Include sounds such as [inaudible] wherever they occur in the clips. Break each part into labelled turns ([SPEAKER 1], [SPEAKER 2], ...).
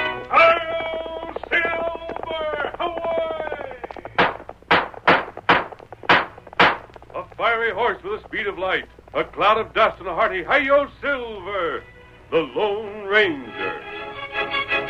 [SPEAKER 1] Hail Silver! Away! A fiery horse with the speed of light, a cloud of dust, and a hearty Hail Silver! The Lone Ranger.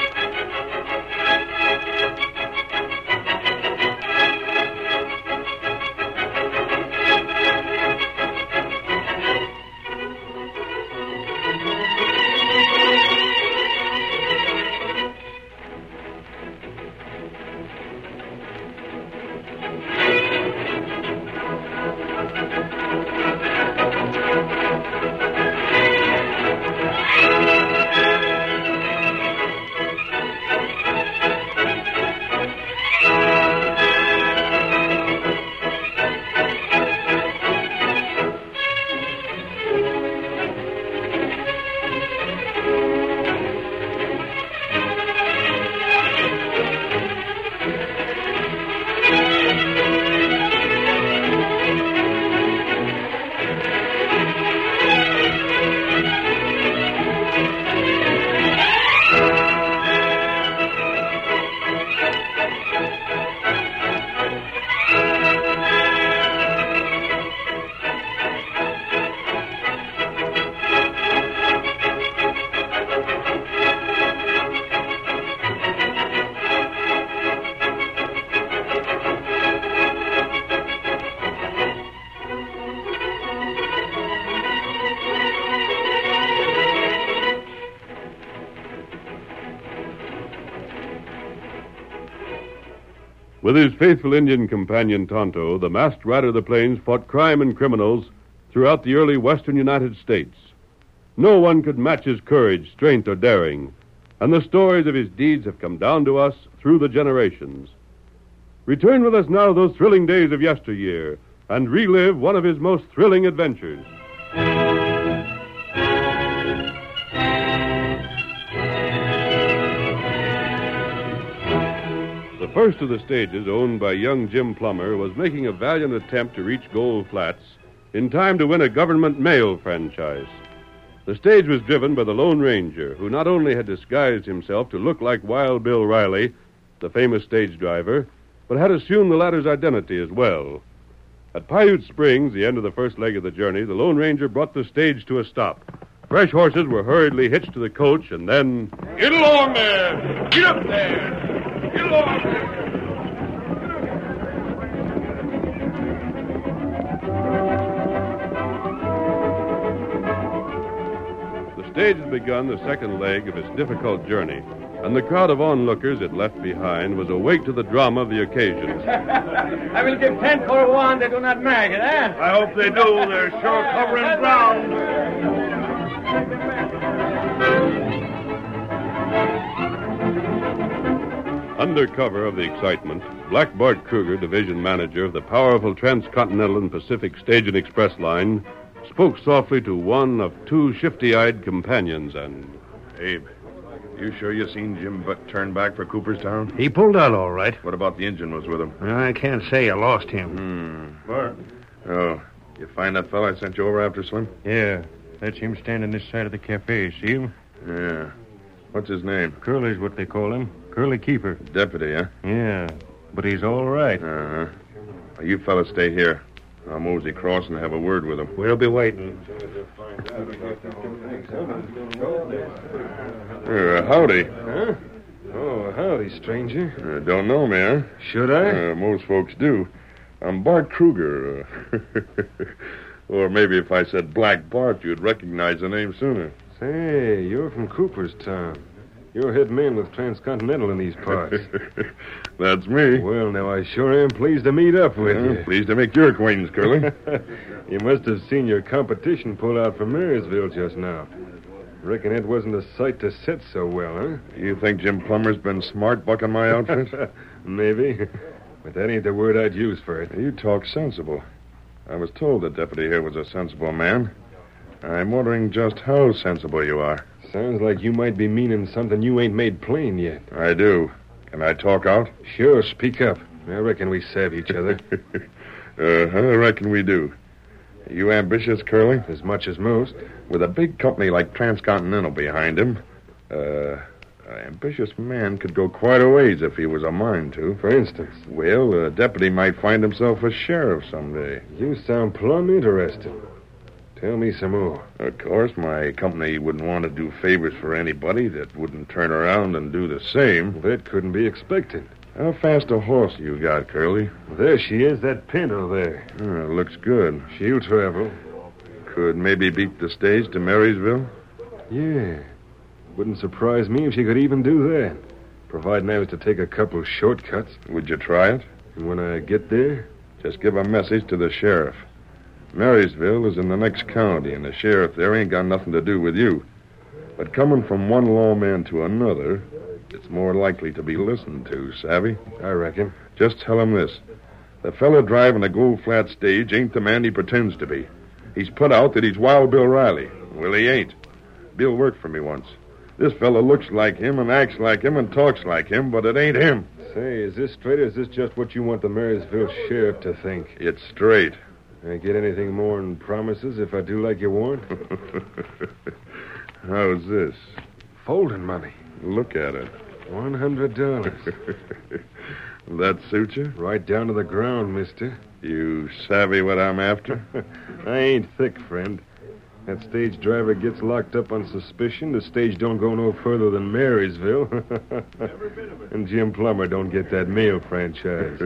[SPEAKER 1] With his faithful Indian companion Tonto, the masked rider of the plains fought crime and criminals throughout the early western United States. No one could match his courage, strength, or daring, and the stories of his deeds have come down to us through the generations. Return with us now to those thrilling days of yesteryear and relive one of his most thrilling adventures. The first of the stages, owned by young Jim Plummer, was making a valiant attempt to reach Gold Flats in time to win a government mail franchise. The stage was driven by the Lone Ranger, who not only had disguised himself to look like Wild Bill Riley, the famous stage driver, but had assumed the latter's identity as well. At Paiute Springs, the end of the first leg of the journey, the Lone Ranger brought the stage to a stop. Fresh horses were hurriedly hitched to the coach, and then. Get along there! Get up there! Get along The stage had begun the second leg of its difficult journey, and the crowd of onlookers it left behind was awake to the drama of the occasion.
[SPEAKER 2] I will give ten for one. They do not eh? marry that.
[SPEAKER 1] I hope they do. They're sure covering ground. Under cover of the excitement, Black Bart Kruger, division manager of the powerful Transcontinental and Pacific Stage and Express line, spoke softly to one of two shifty eyed companions and.
[SPEAKER 3] Abe, you sure you seen Jim Buck turn back for Cooperstown?
[SPEAKER 4] He pulled out all right.
[SPEAKER 3] What about the engine was with him?
[SPEAKER 4] I can't say I lost him.
[SPEAKER 3] Oh, you find that fella I sent you over after Slim?
[SPEAKER 5] Yeah, that's him standing this side of the cafe. See him?
[SPEAKER 3] Yeah. What's his name?
[SPEAKER 5] Curly's what they call him. Curly Keeper.
[SPEAKER 3] Deputy, huh?
[SPEAKER 5] Yeah, but he's all right.
[SPEAKER 3] Uh huh. You fellas stay here. I'll mosey cross and have a word with him.
[SPEAKER 4] We'll be waiting.
[SPEAKER 3] Uh, howdy.
[SPEAKER 4] Huh? Oh, howdy, stranger.
[SPEAKER 3] Uh, don't know me, huh?
[SPEAKER 4] Should I?
[SPEAKER 3] Uh, most folks do. I'm Bart Kruger. Uh, [laughs] or maybe if I said Black Bart, you'd recognize the name sooner.
[SPEAKER 4] Say, you're from Cooperstown. You're head man with Transcontinental in these [laughs] parts.
[SPEAKER 3] [laughs] That's me.
[SPEAKER 4] well, now, I sure am pleased to meet up with
[SPEAKER 3] Uh, pleased to make your acquaintance, Curly. [laughs]
[SPEAKER 4] you. You must have seen your competition pull out from Marysville just now. Reckon it wasn't a sight to sit so well, huh?
[SPEAKER 3] you think Jim Plummer's been smart bucking my
[SPEAKER 4] [laughs]
[SPEAKER 3] outfit? [laughs]
[SPEAKER 4] Maybe. But that ain't the word I'd use for it.
[SPEAKER 3] You talk sensible.
[SPEAKER 1] I was told the deputy here was a sensible man. I'm wondering just how sensible you are.
[SPEAKER 4] Sounds like you might be meaning something you ain't made plain yet.
[SPEAKER 1] I do. Can I talk out?
[SPEAKER 4] Sure, speak up. I reckon we save
[SPEAKER 1] [laughs]
[SPEAKER 4] each other.
[SPEAKER 1] Uh huh, I reckon we do. You ambitious, Curly?
[SPEAKER 4] as much as most.
[SPEAKER 1] With a big company like Transcontinental behind him, uh, an ambitious man could go quite a ways if he was a mind to.
[SPEAKER 4] For instance,
[SPEAKER 1] Well, a deputy might find himself a sheriff someday.
[SPEAKER 4] you sound plumb interested. Tell me some more.
[SPEAKER 1] Of course, my company wouldn't want to do favors for anybody that wouldn't turn around and do the same.
[SPEAKER 4] That couldn't be expected.
[SPEAKER 1] How fast a horse you got, Curly?
[SPEAKER 4] There she is, that pin over there.
[SPEAKER 1] Uh, looks good.
[SPEAKER 4] She'll travel.
[SPEAKER 1] Could maybe beat the stage to Marysville?
[SPEAKER 4] Yeah. Wouldn't surprise me if she could even do that. Providing I was to take a couple shortcuts.
[SPEAKER 1] Would you try it?
[SPEAKER 4] And when I get there,
[SPEAKER 1] Just give a message to the sheriff. Marysville is in the next county, and the sheriff there ain't got nothing to do with you. But coming from one lawman to another, it's more likely to be listened to, savvy?
[SPEAKER 4] I reckon.
[SPEAKER 1] Just tell him this. The fella driving the Gold Flat stage ain't the man he pretends to be. He's put out that he's Wild Bill Riley. Well, he ain't. Bill worked for me once. This fella looks like him and acts like him and talks like him, but it ain't him.
[SPEAKER 4] Say, is this straight or is this just what you want the Marysville sheriff to think?
[SPEAKER 1] It's straight.
[SPEAKER 4] I get anything more than promises if I do like you want?
[SPEAKER 1] [laughs] How's this?
[SPEAKER 4] Folding money.
[SPEAKER 1] Look at it.
[SPEAKER 4] One hundred dollars.
[SPEAKER 1] [laughs] That suit you?
[SPEAKER 4] right down to the ground, mister.
[SPEAKER 1] You savvy what I'm after?
[SPEAKER 4] [laughs] I ain't thick, friend. That stage driver gets locked up on suspicion. The stage don't go no further than Marysville. [laughs] and Jim Plummer don't get that mail franchise.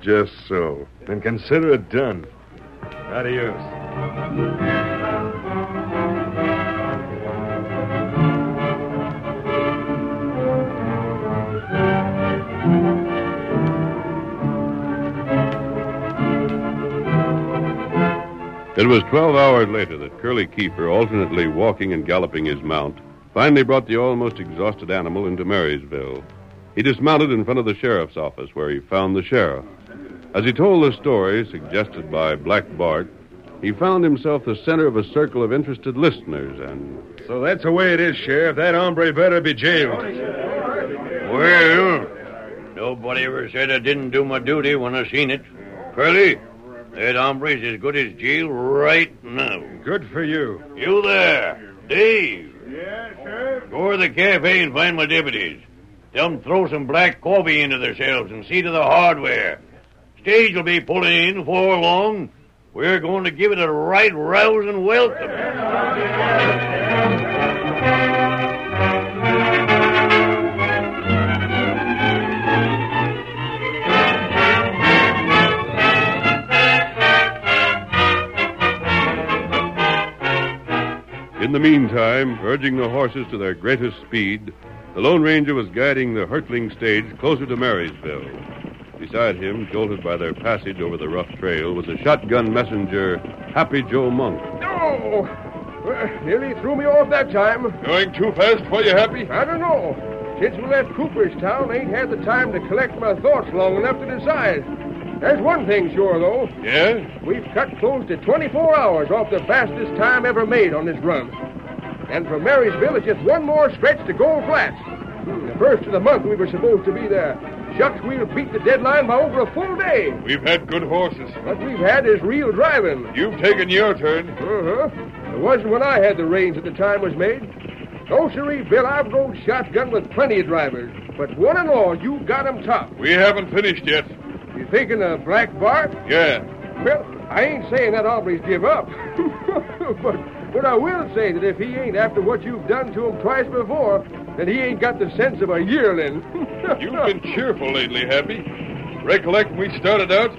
[SPEAKER 1] Just so.
[SPEAKER 4] then consider it done. Adios.
[SPEAKER 6] It was 12 hours later that Curly Keeper, alternately walking and galloping his mount, finally brought the almost exhausted animal into Marysville. He dismounted in front of the sheriff's office, where he found the sheriff. As he told the story suggested by Black Bart, he found himself the center of a circle of interested listeners, and
[SPEAKER 4] So that's the way it is, Sheriff. That hombre better be jailed.
[SPEAKER 5] Well, nobody ever said I didn't do my duty when I seen it. Curly, that hombre's as good as jail right now.
[SPEAKER 4] Good for you.
[SPEAKER 5] You there, Dave.
[SPEAKER 7] Yes, Sheriff.
[SPEAKER 5] Go to the cafe and find my deputies. Tell them throw some black coffee into themselves and see to the hardware. Stage will be pulling in before long. We're going to give it a right rousing welcome.
[SPEAKER 6] in the meantime, urging the horses to their greatest speed, the Lone Ranger was guiding the hurtling stage closer to Marysville. Beside him, jolted by their passage over the rough trail, was the shotgun messenger, Happy Joe Monk.
[SPEAKER 4] No! Uh, nearly threw me off that time.
[SPEAKER 1] Going too fast for you, Happy?
[SPEAKER 4] I don't know. Since we left Cooperstown, I ain't had the time to collect my thoughts long enough to decide. There's one thing sure, though.
[SPEAKER 1] Yeah?
[SPEAKER 4] We've cut close to 24 hours off the fastest time ever made on this run. And from Marysville, it's just one more stretch to Gold Flats. Hmm, The first of the month we were supposed to be there. Shucks, we'll beat the deadline by over a full day.
[SPEAKER 1] We've had good horses.
[SPEAKER 4] What we've had is real driving.
[SPEAKER 1] You've taken your turn.
[SPEAKER 4] Uh-huh. It wasn't when I had the reins at the time was made. No, sirree, Bill, I've rode shotgun with plenty of drivers. But one and all, you got 'em top.
[SPEAKER 1] We haven't finished yet.
[SPEAKER 4] You thinking of Black Bart?
[SPEAKER 1] Yeah.
[SPEAKER 4] Well, I ain't saying that Aubrey's give up. [laughs] but, but I will say that if he ain't after what you've done to him twice before, then he ain't got the sense of a yearling. [laughs]
[SPEAKER 1] cheerful lately, Happy. Recollect when we started out?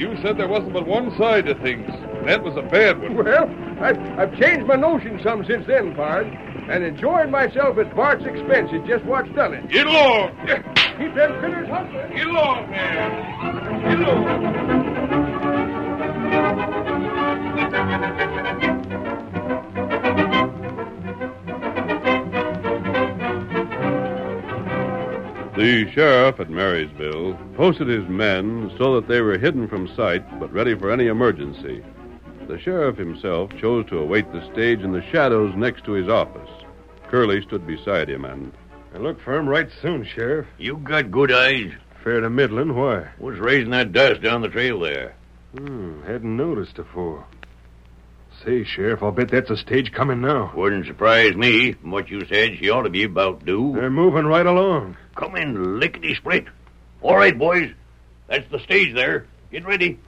[SPEAKER 1] You said there wasn't but one side to things. That was a bad one.
[SPEAKER 4] Well, I've, I've changed my notion some since then, Pard. And enjoying myself at Bart's expense is just what's done it.
[SPEAKER 1] Get along!
[SPEAKER 4] Keep them critters hustling.
[SPEAKER 1] Get along, man! Get along!
[SPEAKER 8] The sheriff at Marysville posted his men so that they were hidden from sight but ready for any emergency. The sheriff himself chose to await the stage in the shadows next to his office. Curley stood beside him and.
[SPEAKER 1] I look for him right soon, Sheriff.
[SPEAKER 5] You got good eyes.
[SPEAKER 1] Fair to middling. Why?
[SPEAKER 5] What's raising that dust down the trail there?
[SPEAKER 1] Hmm, hadn't noticed before. Say, Sheriff, I'll bet that's a stage coming now.
[SPEAKER 5] Wouldn't surprise me. From what you said, she ought to be about due.
[SPEAKER 1] They're moving right along.
[SPEAKER 5] Come in lickety split. All right, boys. That's the stage there. Get ready.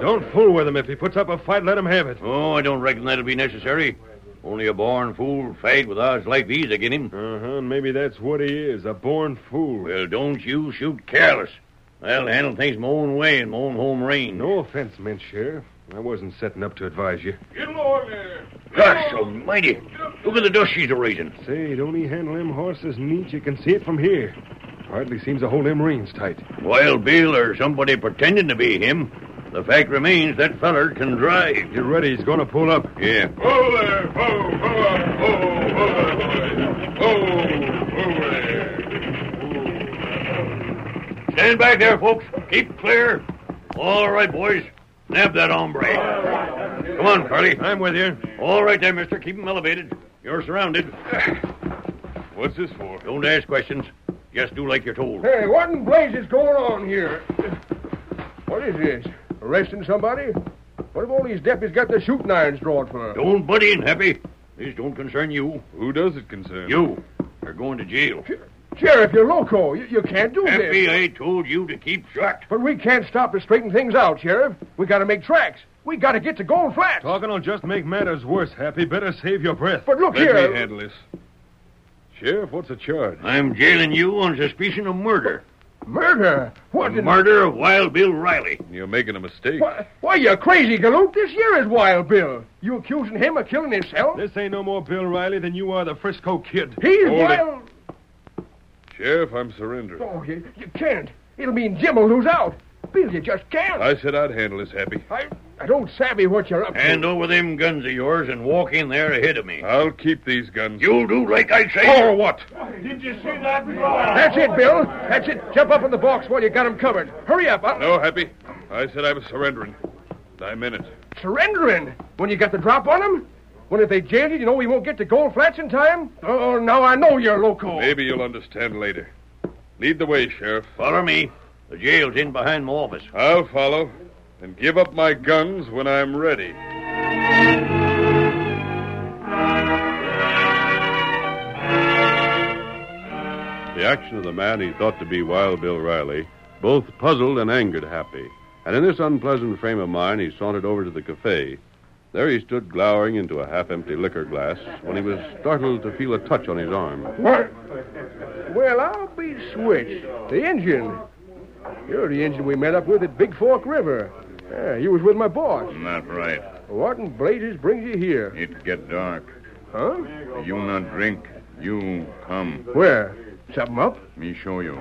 [SPEAKER 1] Don't fool with him. If he puts up a fight, let him have it.
[SPEAKER 5] Oh, I don't reckon that'll be necessary. Only a born fool fag with eyes like these again him.
[SPEAKER 1] Uh huh. Maybe that's what he is a born fool.
[SPEAKER 5] Well, don't you shoot careless. I'll handle things my own way in my own home range.
[SPEAKER 1] No offense meant, Sheriff. I wasn't setting up to advise you.
[SPEAKER 5] Gosh almighty. Look at the dust she's a-raising.
[SPEAKER 1] Say, don't he handle them horses neat? You can see it from here. Hardly seems to hold them reins tight.
[SPEAKER 5] Wild Bill or somebody pretending to be him. The fact remains that feller can drive.
[SPEAKER 1] Get ready. He's going to pull up.
[SPEAKER 5] Yeah.
[SPEAKER 8] Ho there! Ho, ho, ho, ho, ho, ho there!
[SPEAKER 5] Stand back there, folks. Keep clear. All right, boys. Nab that hombre. Come on, Curly.
[SPEAKER 1] I'm with you.
[SPEAKER 5] All right there, mister. Keep him elevated. You're surrounded.
[SPEAKER 1] What's this for?
[SPEAKER 5] Don't ask questions. Just do like you're told.
[SPEAKER 4] Hey, what in blazes going on here? What is this? Arresting somebody? What have all these deputies got their shooting irons drawn for?
[SPEAKER 5] Don't butt in, Happy. This don't concern you.
[SPEAKER 1] Who does it concern?
[SPEAKER 5] You are going to jail.
[SPEAKER 4] Sheriff, you're loco. You, you can't do this.
[SPEAKER 5] FBI told you to keep shut.
[SPEAKER 4] But we can't stop to straighten things out, Sheriff. We gotta make tracks. We gotta get to Gold Flats.
[SPEAKER 1] Talking will just make matters worse, Happy. Better save your breath.
[SPEAKER 4] But look
[SPEAKER 1] Let
[SPEAKER 4] here.
[SPEAKER 1] me handle this. Sheriff, what's the charge?
[SPEAKER 5] I'm jailing you on suspicion of murder.
[SPEAKER 4] Murder?
[SPEAKER 5] The
[SPEAKER 4] What in-
[SPEAKER 5] murder of Wild Bill Riley.
[SPEAKER 1] You're making a mistake.
[SPEAKER 4] Why, why, you crazy, Galoot. This here is Wild Bill. You accusing him of killing himself?
[SPEAKER 1] This ain't no more Bill Riley than you are the Frisco Kid.
[SPEAKER 4] He's
[SPEAKER 1] Hold it.
[SPEAKER 4] Wild...
[SPEAKER 1] Sheriff, I'm surrendering.
[SPEAKER 4] Oh, you, you can't. It'll mean Jim will lose out. Bill, you just can't.
[SPEAKER 1] I said I'd handle this, Happy.
[SPEAKER 4] I, I don't savvy what you're up to.
[SPEAKER 5] Hand over them guns of yours and walk in there ahead of me.
[SPEAKER 9] Uh.
[SPEAKER 1] I'll keep these guns.
[SPEAKER 5] You'll do like I say.
[SPEAKER 9] Oh,
[SPEAKER 1] Or what?
[SPEAKER 4] That's it, Bill. That's it. Jump up in the box while you got him covered. Hurry up. Uh, I'm
[SPEAKER 1] No, Happy. I said I was surrendering. I'm in it.
[SPEAKER 4] surrendering. When you got the drop on him? When if they jail you, you know we won't get to Gold Flats in time? Oh, now I know you're loco.
[SPEAKER 1] Maybe you'll understand later. Lead the way, Sheriff.
[SPEAKER 5] Follow me. The jail's in behind my office.
[SPEAKER 1] I'll follow and give up my guns when I'm ready.
[SPEAKER 8] The action of the man he thought to be Wild Bill Riley both puzzled and angered Happy, and in this unpleasant frame of mind he sauntered over to the cafe. There he stood glowering into a half empty liquor glass when he was startled to feel a touch on his arm.
[SPEAKER 4] What? Well, I'll be switched. The engine. You're the engine we met up with at Big Fork River. Yeah, you was with my boss.
[SPEAKER 10] Not right.
[SPEAKER 4] What in blazes brings you here?
[SPEAKER 10] It get dark.
[SPEAKER 4] Huh?
[SPEAKER 10] You not drink. You come.
[SPEAKER 4] Where? Something up?
[SPEAKER 10] Me show you.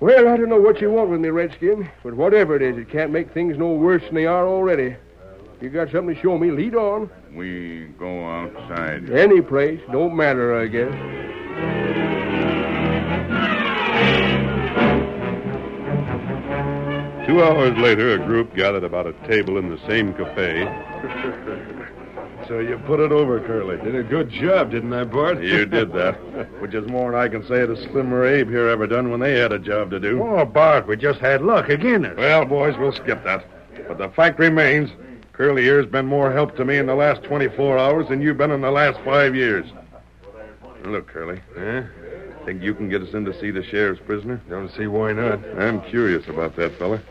[SPEAKER 4] Well, I don't know what you want with me, Redskin, but whatever it is, it can't make things no worse than they are already. You got something to show me, lead on.
[SPEAKER 10] We go outside.
[SPEAKER 4] Any place, don't matter, I guess.
[SPEAKER 8] Two hours later, a group gathered about a table in the same cafe.
[SPEAKER 1] So you put it over, Curly. Did a good job, didn't I, Bart?
[SPEAKER 8] You did that.
[SPEAKER 1] [laughs] Which is more than I can say to Slim or Abe here ever done when they had a job to do.
[SPEAKER 10] Oh, Bart, we just had luck again.
[SPEAKER 1] Well, boys, we'll skip that. But the fact remains, Curly here's been more help to me in the last 24 hours than you've been in the last five years. Look, Curly. Huh? Think you can get us in to see the sheriff's prisoner? Don't see why not. I'm curious about that fella.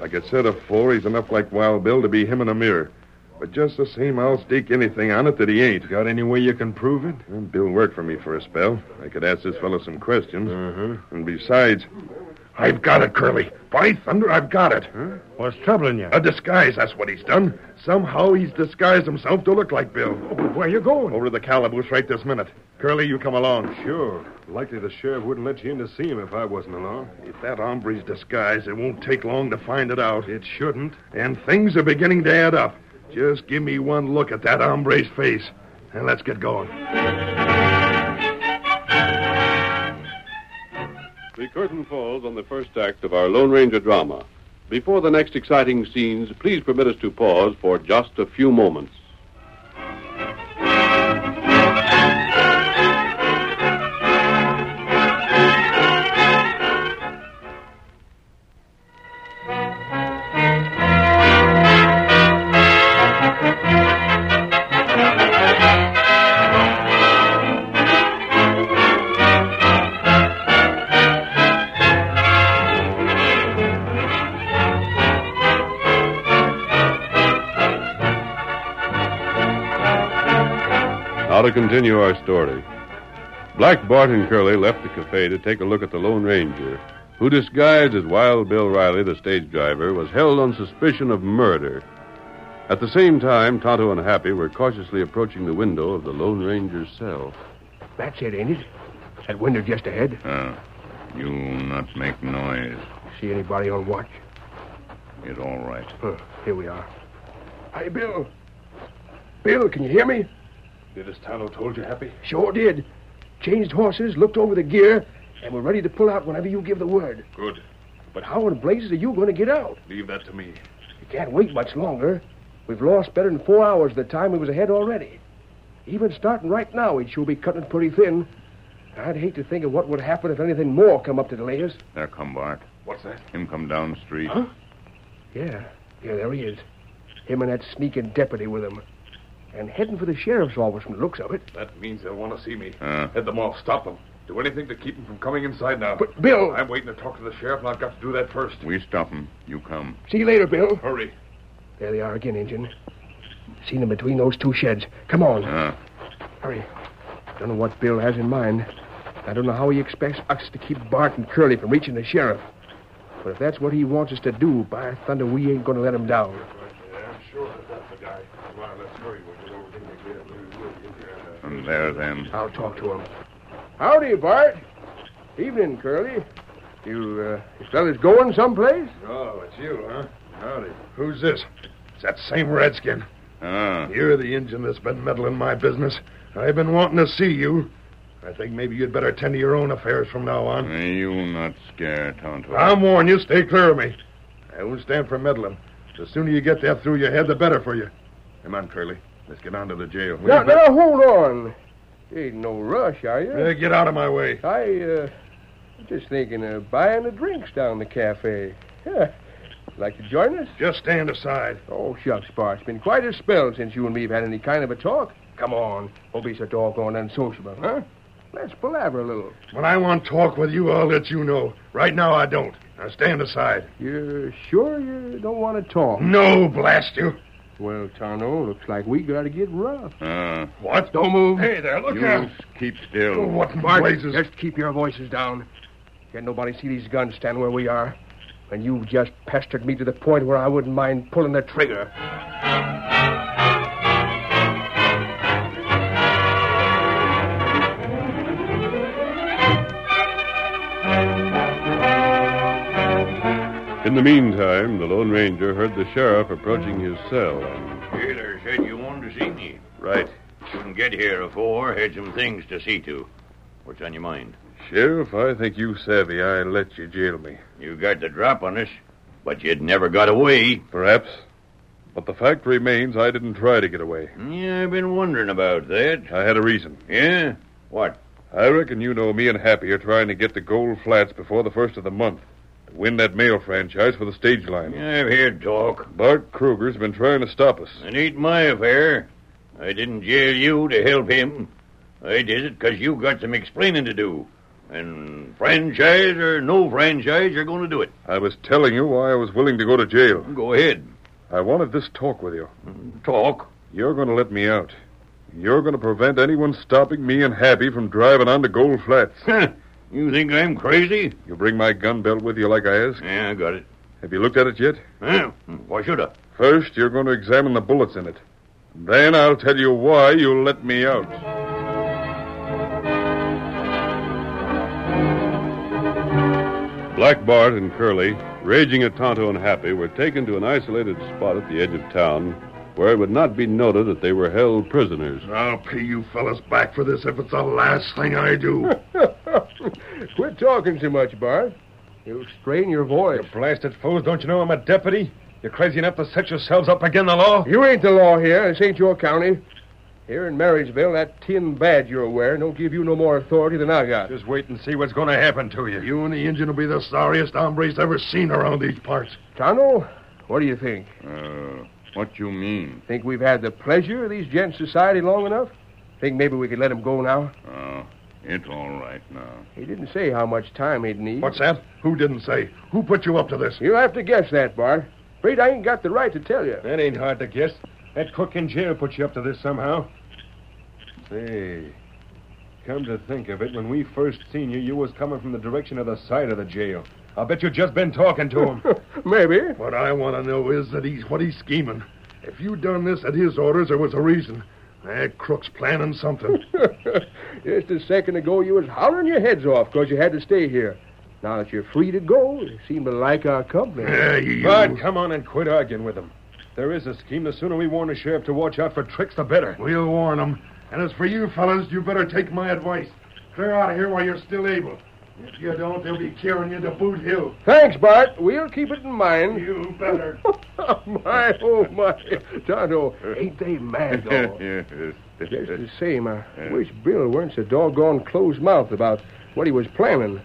[SPEAKER 1] Like I said before, he's enough like Wild Bill to be him in a mirror. But just the same, I'll stake anything on it that he ain't. Got any way you can prove it? Bill worked for me for a spell. I could ask this fellow some questions. Uh-huh. And besides,
[SPEAKER 10] Mm-hmm. I've got it, Curly. By thunder, I've got it. What's troubling you? A disguise, that's what he's done. Somehow he's disguised himself to look like Bill. Where you going? Over to the calaboose right this minute. Curly, you come along.
[SPEAKER 1] Sure. Likely the sheriff wouldn't let you in to see him if I wasn't along.
[SPEAKER 10] If that hombre's disguised, it won't take long to find it out.
[SPEAKER 1] It shouldn't.
[SPEAKER 10] And things are beginning to add up. Just give me one look at that hombre's face, and let's get going.
[SPEAKER 1] The curtain falls on the first act of our Lone Ranger drama. Before the next exciting scenes, please permit us to pause for just a few moments. Now to continue our story. Black Bart and Curly left the cafe to take a look at the Lone Ranger, who, disguised as Wild Bill Riley, the stage driver, was held on suspicion of murder. At the same time, Tonto and Happy were cautiously approaching the window of the Lone Ranger's cell.
[SPEAKER 4] That's it, ain't it? That window just ahead.
[SPEAKER 9] You not make noise.
[SPEAKER 4] See anybody on watch?
[SPEAKER 9] It all right.
[SPEAKER 4] Huh, here we are. Hey, Bill. Bill, can you hear me?
[SPEAKER 11] Did as Tonto told you, Happy?
[SPEAKER 4] Sure did. Changed horses, looked over the gear, and we're ready to pull out whenever you give the word.
[SPEAKER 11] Good.
[SPEAKER 4] But how in blazes are you going to get out?
[SPEAKER 11] Leave that to me.
[SPEAKER 4] You can't wait much longer. We've lost better than four hours of the time we was ahead already. Even starting right now, we'd sure be cutting it pretty thin. I'd hate to think of what would happen if anything more come up to delay us.
[SPEAKER 9] There come Bart.
[SPEAKER 11] What's that?
[SPEAKER 9] Him come down the street.
[SPEAKER 4] Huh? Yeah, yeah, there he is. Him and that sneaking deputy with him. And heading for the sheriff's office from the looks of it.
[SPEAKER 11] That means they'll want to see me.
[SPEAKER 9] Huh?
[SPEAKER 11] Head them off. Stop them. Do anything to keep them from coming inside now.
[SPEAKER 4] But, Bill-
[SPEAKER 11] I'm waiting to talk to the sheriff, and I've got to do that first.
[SPEAKER 9] We stop him. You come.
[SPEAKER 4] See you later, Bill.
[SPEAKER 11] Hurry.
[SPEAKER 4] There they are again, Injun. Seen them between those two sheds. Come on.
[SPEAKER 9] Huh?
[SPEAKER 4] Hurry. Don't know what Bill has in mind. I don't know how he expects us to keep Bart and Curly from reaching the sheriff. But if that's what he wants us to do, by thunder, we ain't going to let him down.
[SPEAKER 11] Yeah, I'm sure that's the guy. Come on, let's hurry. We'll get over there.
[SPEAKER 9] And there then.
[SPEAKER 4] I'll talk to him. Howdy, Bart. Evening, Curly. You, uh, you fellas going someplace?
[SPEAKER 11] Oh, it's you, huh? Howdy. Who's this? It's that same redskin.
[SPEAKER 9] Huh?
[SPEAKER 11] You're the engine that's been meddling in my business. I've been wanting to see you. I think maybe you'd better tend to your own affairs from now on.
[SPEAKER 9] You not scare Tonto.
[SPEAKER 11] I'm warning you, stay clear of me. I won't stand for meddling. The sooner you get that through your head, the better for you. Come on, Curly. Let's get on to the jail. Will
[SPEAKER 4] Now,
[SPEAKER 11] you bet-
[SPEAKER 4] now, hold on. Ain't no rush, are you?
[SPEAKER 11] Yeah, get out of my way.
[SPEAKER 4] I, uh, just thinking of buying the drinks down the cafe. Yeah. Like to join us?
[SPEAKER 11] Just stand aside.
[SPEAKER 4] Oh, shucks, Bart. It's been quite a spell since you and me have had any kind of a talk. Come on. Don't be so doggone unsociable, huh? Let's palaver a little.
[SPEAKER 11] When I want talk with you, I'll let you know. Right now, I don't. Now stand aside.
[SPEAKER 4] You're sure you don't want to talk?
[SPEAKER 11] No, blast you.
[SPEAKER 4] Well, Tonto, looks like we got to get rough.
[SPEAKER 9] Huh?
[SPEAKER 11] What?
[SPEAKER 4] Don't move.
[SPEAKER 11] Hey there, look
[SPEAKER 9] You
[SPEAKER 11] out.
[SPEAKER 9] keep
[SPEAKER 11] Oh,
[SPEAKER 9] still.
[SPEAKER 11] what in
[SPEAKER 4] Bart,
[SPEAKER 11] blazes?
[SPEAKER 4] just keep your voices down. Can't nobody see these guns standing where we are. And you just pestered me to the point where I wouldn't mind pulling the trigger.
[SPEAKER 1] In the meantime, the Lone Ranger heard the sheriff approaching his cell.
[SPEAKER 5] Peter said you wanted to see me.
[SPEAKER 1] Right.
[SPEAKER 5] Couldn't get here afore. Had some things to see to. What's on your mind?
[SPEAKER 1] Sheriff, I think you savvy. I let you jail me.
[SPEAKER 5] You got the drop on us, but you'd never got away.
[SPEAKER 1] Perhaps. But the fact remains I didn't try to get away.
[SPEAKER 5] Yeah, I've been wondering about that.
[SPEAKER 1] I had a reason.
[SPEAKER 5] Yeah? What?
[SPEAKER 1] I reckon you know me and Happy are trying to get to Gold Flats before the first of the month to win that mail franchise for the stage line.
[SPEAKER 5] I've heard talk.
[SPEAKER 1] Bart Kruger's been trying to stop us.
[SPEAKER 5] It ain't my affair. I didn't jail you to help him. I did it 'cause you got some explaining to do. And franchise or no franchise, you're going to do it.
[SPEAKER 1] I was telling you why I was willing to go to jail.
[SPEAKER 5] Go ahead.
[SPEAKER 1] I wanted this talk with you.
[SPEAKER 5] Talk. [laughs]
[SPEAKER 1] You're going to let me out. You're going to prevent anyone stopping me and Happy from driving on to Gold Flats.
[SPEAKER 5] you think I'm crazy?
[SPEAKER 1] You bring my gun belt with you like I asked?
[SPEAKER 5] Yeah, I got it.
[SPEAKER 1] Have you looked at it yet?
[SPEAKER 5] Huh? Why should I?
[SPEAKER 1] First, you're going to examine the bullets in it. Then I'll tell you why you let me out. Black Bart and Curly, raging at Tonto and Happy, were taken to an isolated spot at the edge of town where it would not be noted that they were held prisoners.
[SPEAKER 5] [laughs]
[SPEAKER 11] I'll pay you fellas back for this if it's the last thing I do.
[SPEAKER 4] Quit talking so much, Bart. You'll strain your voice.
[SPEAKER 1] Blasted fools, don't you know I'm a deputy? You're crazy enough to set yourselves up again the law?
[SPEAKER 4] You ain't the law here. This ain't your county. Here in Marysville, that tin badge you're wearing don't give you no more authority than I got.
[SPEAKER 1] Just wait and see what's going to happen to you. You and the engine will be the sorriest hombres ever seen around these parts.
[SPEAKER 4] Tonto, what do you think?
[SPEAKER 12] Uh, what you mean?
[SPEAKER 4] Think we've had the pleasure of these gents' society long enough? Think maybe we could let him go now?
[SPEAKER 12] Oh, it's all right now.
[SPEAKER 4] He didn't say how much time he'd need.
[SPEAKER 1] What's that? Who didn't say? Who put you up to this?
[SPEAKER 4] You'll have to guess that, Bart. Afraid I ain't got the right to tell you. [laughs]
[SPEAKER 1] That ain't hard to guess. That cook in jail put you up to this somehow. Say, come to think of it, when we first seen you, you was coming from the direction of the side of the jail. I bet you just been talking [laughs] to him.
[SPEAKER 4] Maybe. [laughs]
[SPEAKER 1] what I want to know is that he's what he's scheming. If you done this at his orders, there was a reason. That crook's planning something.
[SPEAKER 4] Just a second ago, you was hollering your heads off 'cause you had to stay here. Now that you're free to go, you seem to like our company.
[SPEAKER 13] [laughs]
[SPEAKER 1] [laughs] you... Bud, come on and quit arguing with him. There is a scheme. The sooner we warn the sheriff to watch out for tricks, the better.
[SPEAKER 13] We'll warn them. And as for you fellas, you better take my advice. Clear out of here while you're still able. If you don't, they'll be carrying you to Boot Hill.
[SPEAKER 4] Thanks, Bart. We'll keep it in mind.
[SPEAKER 13] You better.
[SPEAKER 4] my, [laughs] oh, my. Tonto, ain't they mad,
[SPEAKER 13] [laughs]
[SPEAKER 4] though? Just the same, I wish Bill weren't so doggone close-mouthed about what he was planning.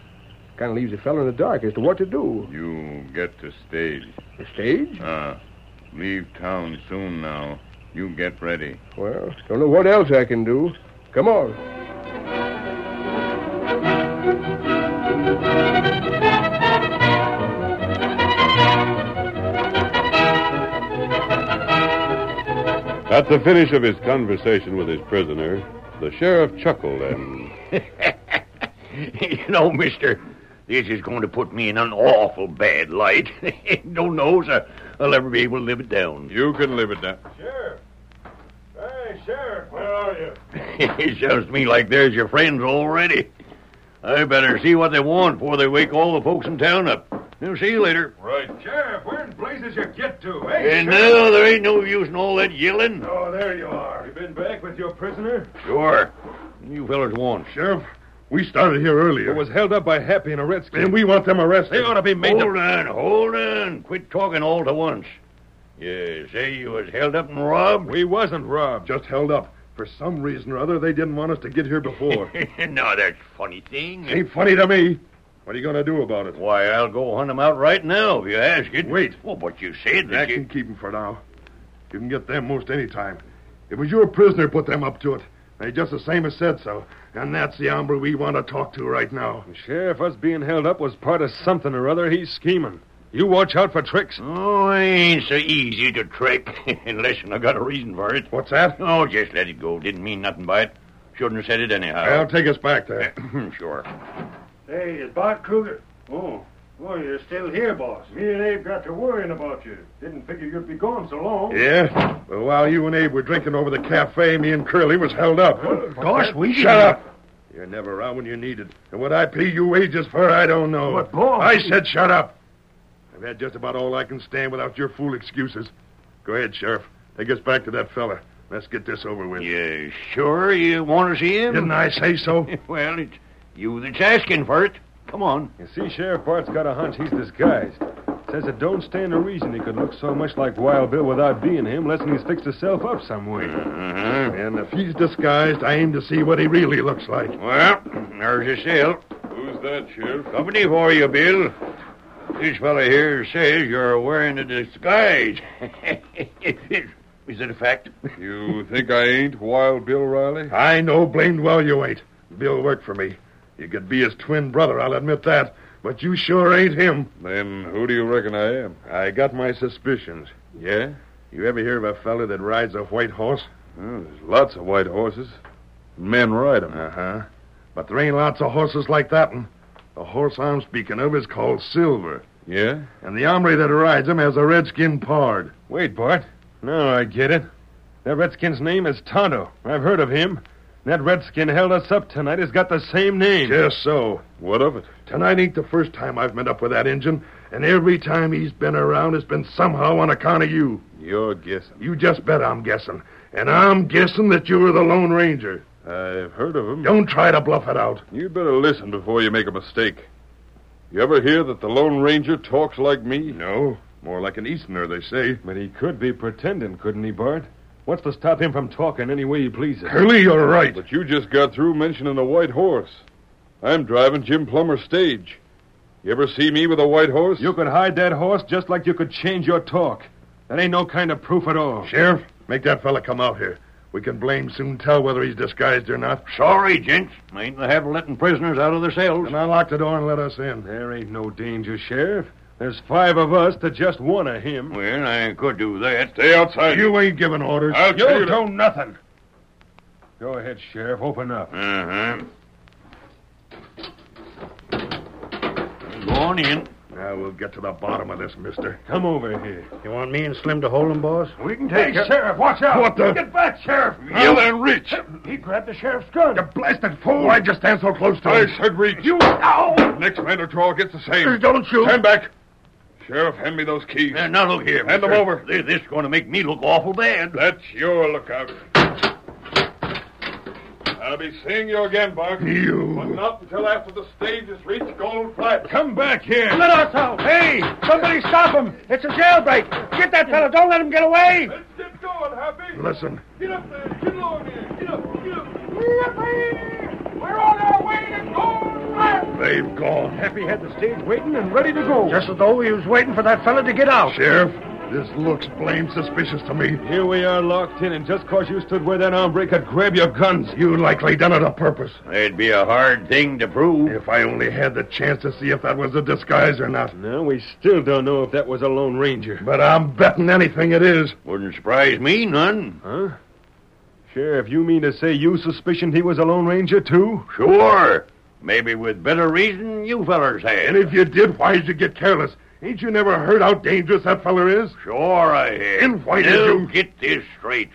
[SPEAKER 4] Kind of leaves a fellow in the dark as to what to do.
[SPEAKER 12] you get the stage.
[SPEAKER 4] The stage?
[SPEAKER 12] Ah, leave town soon now. You get ready.
[SPEAKER 4] Well, don't know what else I can do. Come on.
[SPEAKER 14] At the finish of his conversation with his prisoner, the sheriff chuckled and.
[SPEAKER 5] [laughs] you know, mister, this is going to put me in an awful bad light. [laughs] Don't know, sir. I'll ever be able to live it down. [laughs]
[SPEAKER 14] You can live it down.
[SPEAKER 1] Sheriff! Hey, Sheriff, where are you?
[SPEAKER 5] it sounds to me like there's your friends already. I better see what they want before they wake all the folks in town up. We'll see you later.
[SPEAKER 1] Right. Sheriff, where in blazes you get to?
[SPEAKER 5] And now there ain't no use in all that yelling.
[SPEAKER 1] Oh, there you are. You been back with your prisoner?
[SPEAKER 5] Sure. You fellers want.
[SPEAKER 13] Sheriff, we started here earlier.
[SPEAKER 1] It was held up by Happy and a redskin.
[SPEAKER 13] And we want them arrested.
[SPEAKER 1] They ought to be made
[SPEAKER 5] Hold
[SPEAKER 1] to...
[SPEAKER 5] on, hold on. Quit talking all to once. You say you was held up and robbed? [laughs]
[SPEAKER 1] We wasn't robbed.
[SPEAKER 13] Just held up. For some reason or other, they didn't want us to get here
[SPEAKER 1] [laughs]
[SPEAKER 13] before.
[SPEAKER 5] no, that's funny thing.
[SPEAKER 13] Ain't funny to me. What are you going to do about it?
[SPEAKER 5] Why, I'll go hunt 'em out right now if you ask it.
[SPEAKER 13] Wait.
[SPEAKER 5] Well, but you said
[SPEAKER 13] I
[SPEAKER 5] that
[SPEAKER 13] can
[SPEAKER 5] you...
[SPEAKER 13] keep 'em for now. You can get them most any time. It was your prisoner put them up to it. They just the same as said so. And that's the hombre we want to talk to right now.
[SPEAKER 1] Sheriff, us being held up was part of something or other. He's scheming. You watch out for tricks.
[SPEAKER 5] Oh, it ain't so easy to trick. [laughs] Listen, I got a reason for it.
[SPEAKER 13] What's that?
[SPEAKER 5] Oh, just let it go. Didn't mean nothing by it. Shouldn't have said it anyhow.
[SPEAKER 13] Well, take us back there.
[SPEAKER 5] [clears throat] sure.
[SPEAKER 15] Hey, it's Bart Kruger. Oh. Well, you're still here, boss. Me and Abe got to worrying about you. Didn't figure you'd be gone so long.
[SPEAKER 13] Yeah? Well, while you and Abe were drinking over the cafe, me and Curly was held up.
[SPEAKER 5] Gosh, we
[SPEAKER 13] Shut up! You're never around when you need it. And what I pay you wages for, I don't know.
[SPEAKER 15] But, boss,
[SPEAKER 13] I
[SPEAKER 15] he-
[SPEAKER 13] said shut up. I've had just about all I can stand without your fool excuses. Go ahead, Sheriff. Take us back to that fella. Let's get this over with.
[SPEAKER 5] You sure you want to see him?
[SPEAKER 13] Didn't I say so?
[SPEAKER 5] [laughs] well, it's you that's asking for it. Come on.
[SPEAKER 1] You see, Sheriff Bart's got a hunch he's disguised. Says it don't stand to reason he could look so much like Wild Bill without being him, less than he's fixed himself up some way.
[SPEAKER 5] Uh-huh.
[SPEAKER 13] and if he's disguised, I aim to see what he really looks like.
[SPEAKER 5] Well, there's your cell.
[SPEAKER 14] Who's that, Sheriff?
[SPEAKER 5] Company for you, Bill. This fella here says you're wearing a disguise. Is it a fact?
[SPEAKER 14] You think I ain't Wild Bill Riley?
[SPEAKER 13] I know blamed well you ain't. Bill worked for me. You could be his twin brother, I'll admit that. But you sure ain't him.
[SPEAKER 14] Then who do you reckon I am?
[SPEAKER 13] I got my suspicions.
[SPEAKER 14] Yeah?
[SPEAKER 13] You ever hear of a fella that rides a white horse?
[SPEAKER 14] Well, there's lots of white horses. Men ride 'em.
[SPEAKER 13] Uh huh. But there ain't lots of horses like that one. The horse I'm speaking of is called Silver,
[SPEAKER 14] Yeah?
[SPEAKER 13] and the hombre that rides him has a redskin pard.
[SPEAKER 1] Wait, Bart. No, I get it. That redskin's name is Tonto. I've heard of him. That redskin held us up tonight has got the same name.
[SPEAKER 13] Just so.
[SPEAKER 14] What of it?
[SPEAKER 13] Tonight ain't the first time I've met up with that engine, and every time he's been around, it's been somehow on account of you.
[SPEAKER 14] You're guessing.
[SPEAKER 13] You just bet I'm guessing. And I'm guessing that you were the Lone Ranger.
[SPEAKER 1] I've heard of him.
[SPEAKER 16] Don't try to bluff it out.
[SPEAKER 1] You better listen before you make a mistake. You ever hear that the Lone Ranger talks like me?
[SPEAKER 16] No, more like an Easterner, they say.
[SPEAKER 4] But he could be pretending, couldn't he, Bart? What's to stop him from talking any way he pleases?
[SPEAKER 16] Curly, you're right.
[SPEAKER 1] But you just got through mentioning a white horse. I'm driving Jim Plummer's stage. You ever see me with a white horse?
[SPEAKER 4] You could hide that horse just like you could change your talk. That ain't no kind of proof at all.
[SPEAKER 16] Sheriff, make that fella come out here. We can blame soon tell whether he's disguised or not.
[SPEAKER 5] Sorry, gents. Ain't the habit of letting prisoners out of their cells.
[SPEAKER 16] Then unlock the door and let us in.
[SPEAKER 4] There ain't no danger, Sheriff. There's five of us to just one of him.
[SPEAKER 5] Well, I could do that.
[SPEAKER 1] Stay outside.
[SPEAKER 16] You ain't giving orders.
[SPEAKER 1] I'll
[SPEAKER 16] you
[SPEAKER 1] tell you
[SPEAKER 16] don't
[SPEAKER 1] to-
[SPEAKER 16] know nothing.
[SPEAKER 4] Go ahead, Sheriff. Open up.
[SPEAKER 5] Uh-huh. Go on in.
[SPEAKER 16] Now we'll get to the bottom of this, mister.
[SPEAKER 4] Come over here.
[SPEAKER 17] You want me and Slim to hold him, boss?
[SPEAKER 5] We can
[SPEAKER 16] Hey,
[SPEAKER 5] take
[SPEAKER 16] Sheriff, watch out! What the?
[SPEAKER 17] Get back, Sheriff!
[SPEAKER 1] Yell and reach.
[SPEAKER 17] He grabbed the sheriff's gun.
[SPEAKER 16] You blasted fool! Why'd you stand so close to
[SPEAKER 1] I
[SPEAKER 16] him?
[SPEAKER 1] said reach. You.
[SPEAKER 16] Ow!
[SPEAKER 1] Next man to draw gets the same.
[SPEAKER 16] Don't shoot!
[SPEAKER 1] Stand back. Sheriff, hand me those keys.
[SPEAKER 5] Uh, now look here.
[SPEAKER 1] Hand
[SPEAKER 5] mister.
[SPEAKER 1] them over.
[SPEAKER 5] This, this is going to make me look awful bad.
[SPEAKER 1] That's your lookout. I'll be seeing you again, Buck. But
[SPEAKER 16] You!
[SPEAKER 1] not until after the stage has reached Gold Flats.
[SPEAKER 4] Come back here.
[SPEAKER 17] Let us out! Hey! Somebody stop him! It's a jailbreak! Get that fellow! Don't let him get away!
[SPEAKER 1] Let's get going, Happy.
[SPEAKER 16] Listen,
[SPEAKER 1] Get up there. Get along here. Get up. Get up.
[SPEAKER 18] We're on our way to Gold Flats!
[SPEAKER 16] they've gone.
[SPEAKER 17] Happy had the stage waiting and ready to go. Just as though he was waiting for that fellow to get out.
[SPEAKER 16] Sheriff, this looks blame suspicious to me.
[SPEAKER 4] Here we are locked in, and just 'cause you stood where that hombre could grab your guns.
[SPEAKER 16] You likely done it a purpose.
[SPEAKER 5] That'd be a hard thing to prove.
[SPEAKER 16] If I only had the chance to see if that was a disguise or not.
[SPEAKER 4] Now, we still don't know if that was a Lone Ranger.
[SPEAKER 16] But I'm betting anything it is.
[SPEAKER 5] Wouldn't surprise me none.
[SPEAKER 4] Huh? Sheriff, you mean to say you suspicioned he was a Lone Ranger, too?
[SPEAKER 5] Sure. Maybe with better reason than you fellers had.
[SPEAKER 16] And if you did, why'd you get careless? Ain't you never heard how dangerous that feller is?
[SPEAKER 5] Sure I had.
[SPEAKER 16] And why did
[SPEAKER 5] Now,
[SPEAKER 16] you-
[SPEAKER 5] get this straight.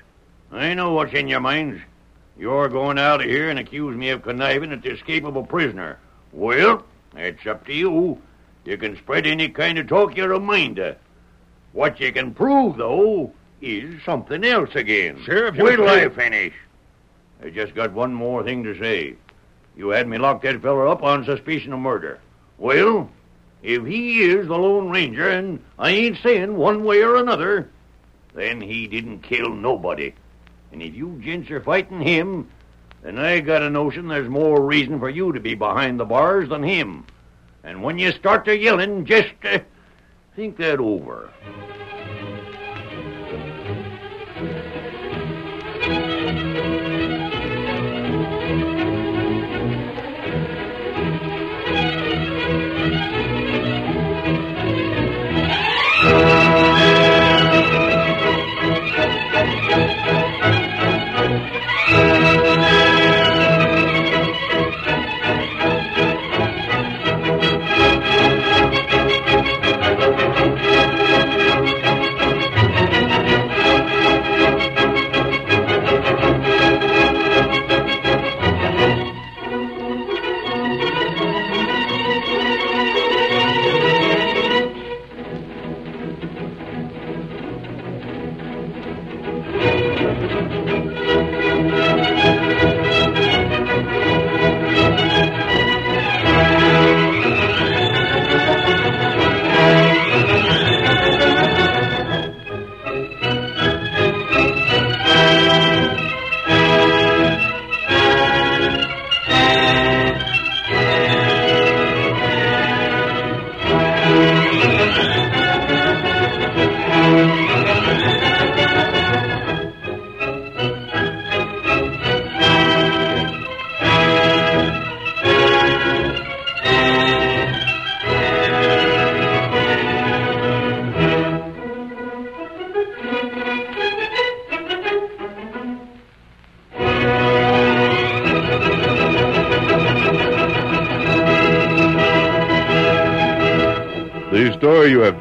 [SPEAKER 5] I know what's in your minds. You're going out of here and accuse me of conniving at the escape of a prisoner. Well, it's up to you. You can spread any kind of talk you're a mind to. What you can prove, though, is something else again.
[SPEAKER 4] Sheriff, you-
[SPEAKER 5] wait till I finish. I just got one more thing to say. You had me lock that feller up on suspicion of murder. Well, if he is the Lone Ranger, and I ain't saying one way or another, then he didn't kill nobody. And if you gents are fighting him, then I got a notion there's more reason for you to be behind the bars than him. And when you start to yelling, just uh, think that over.
[SPEAKER 19] The story you have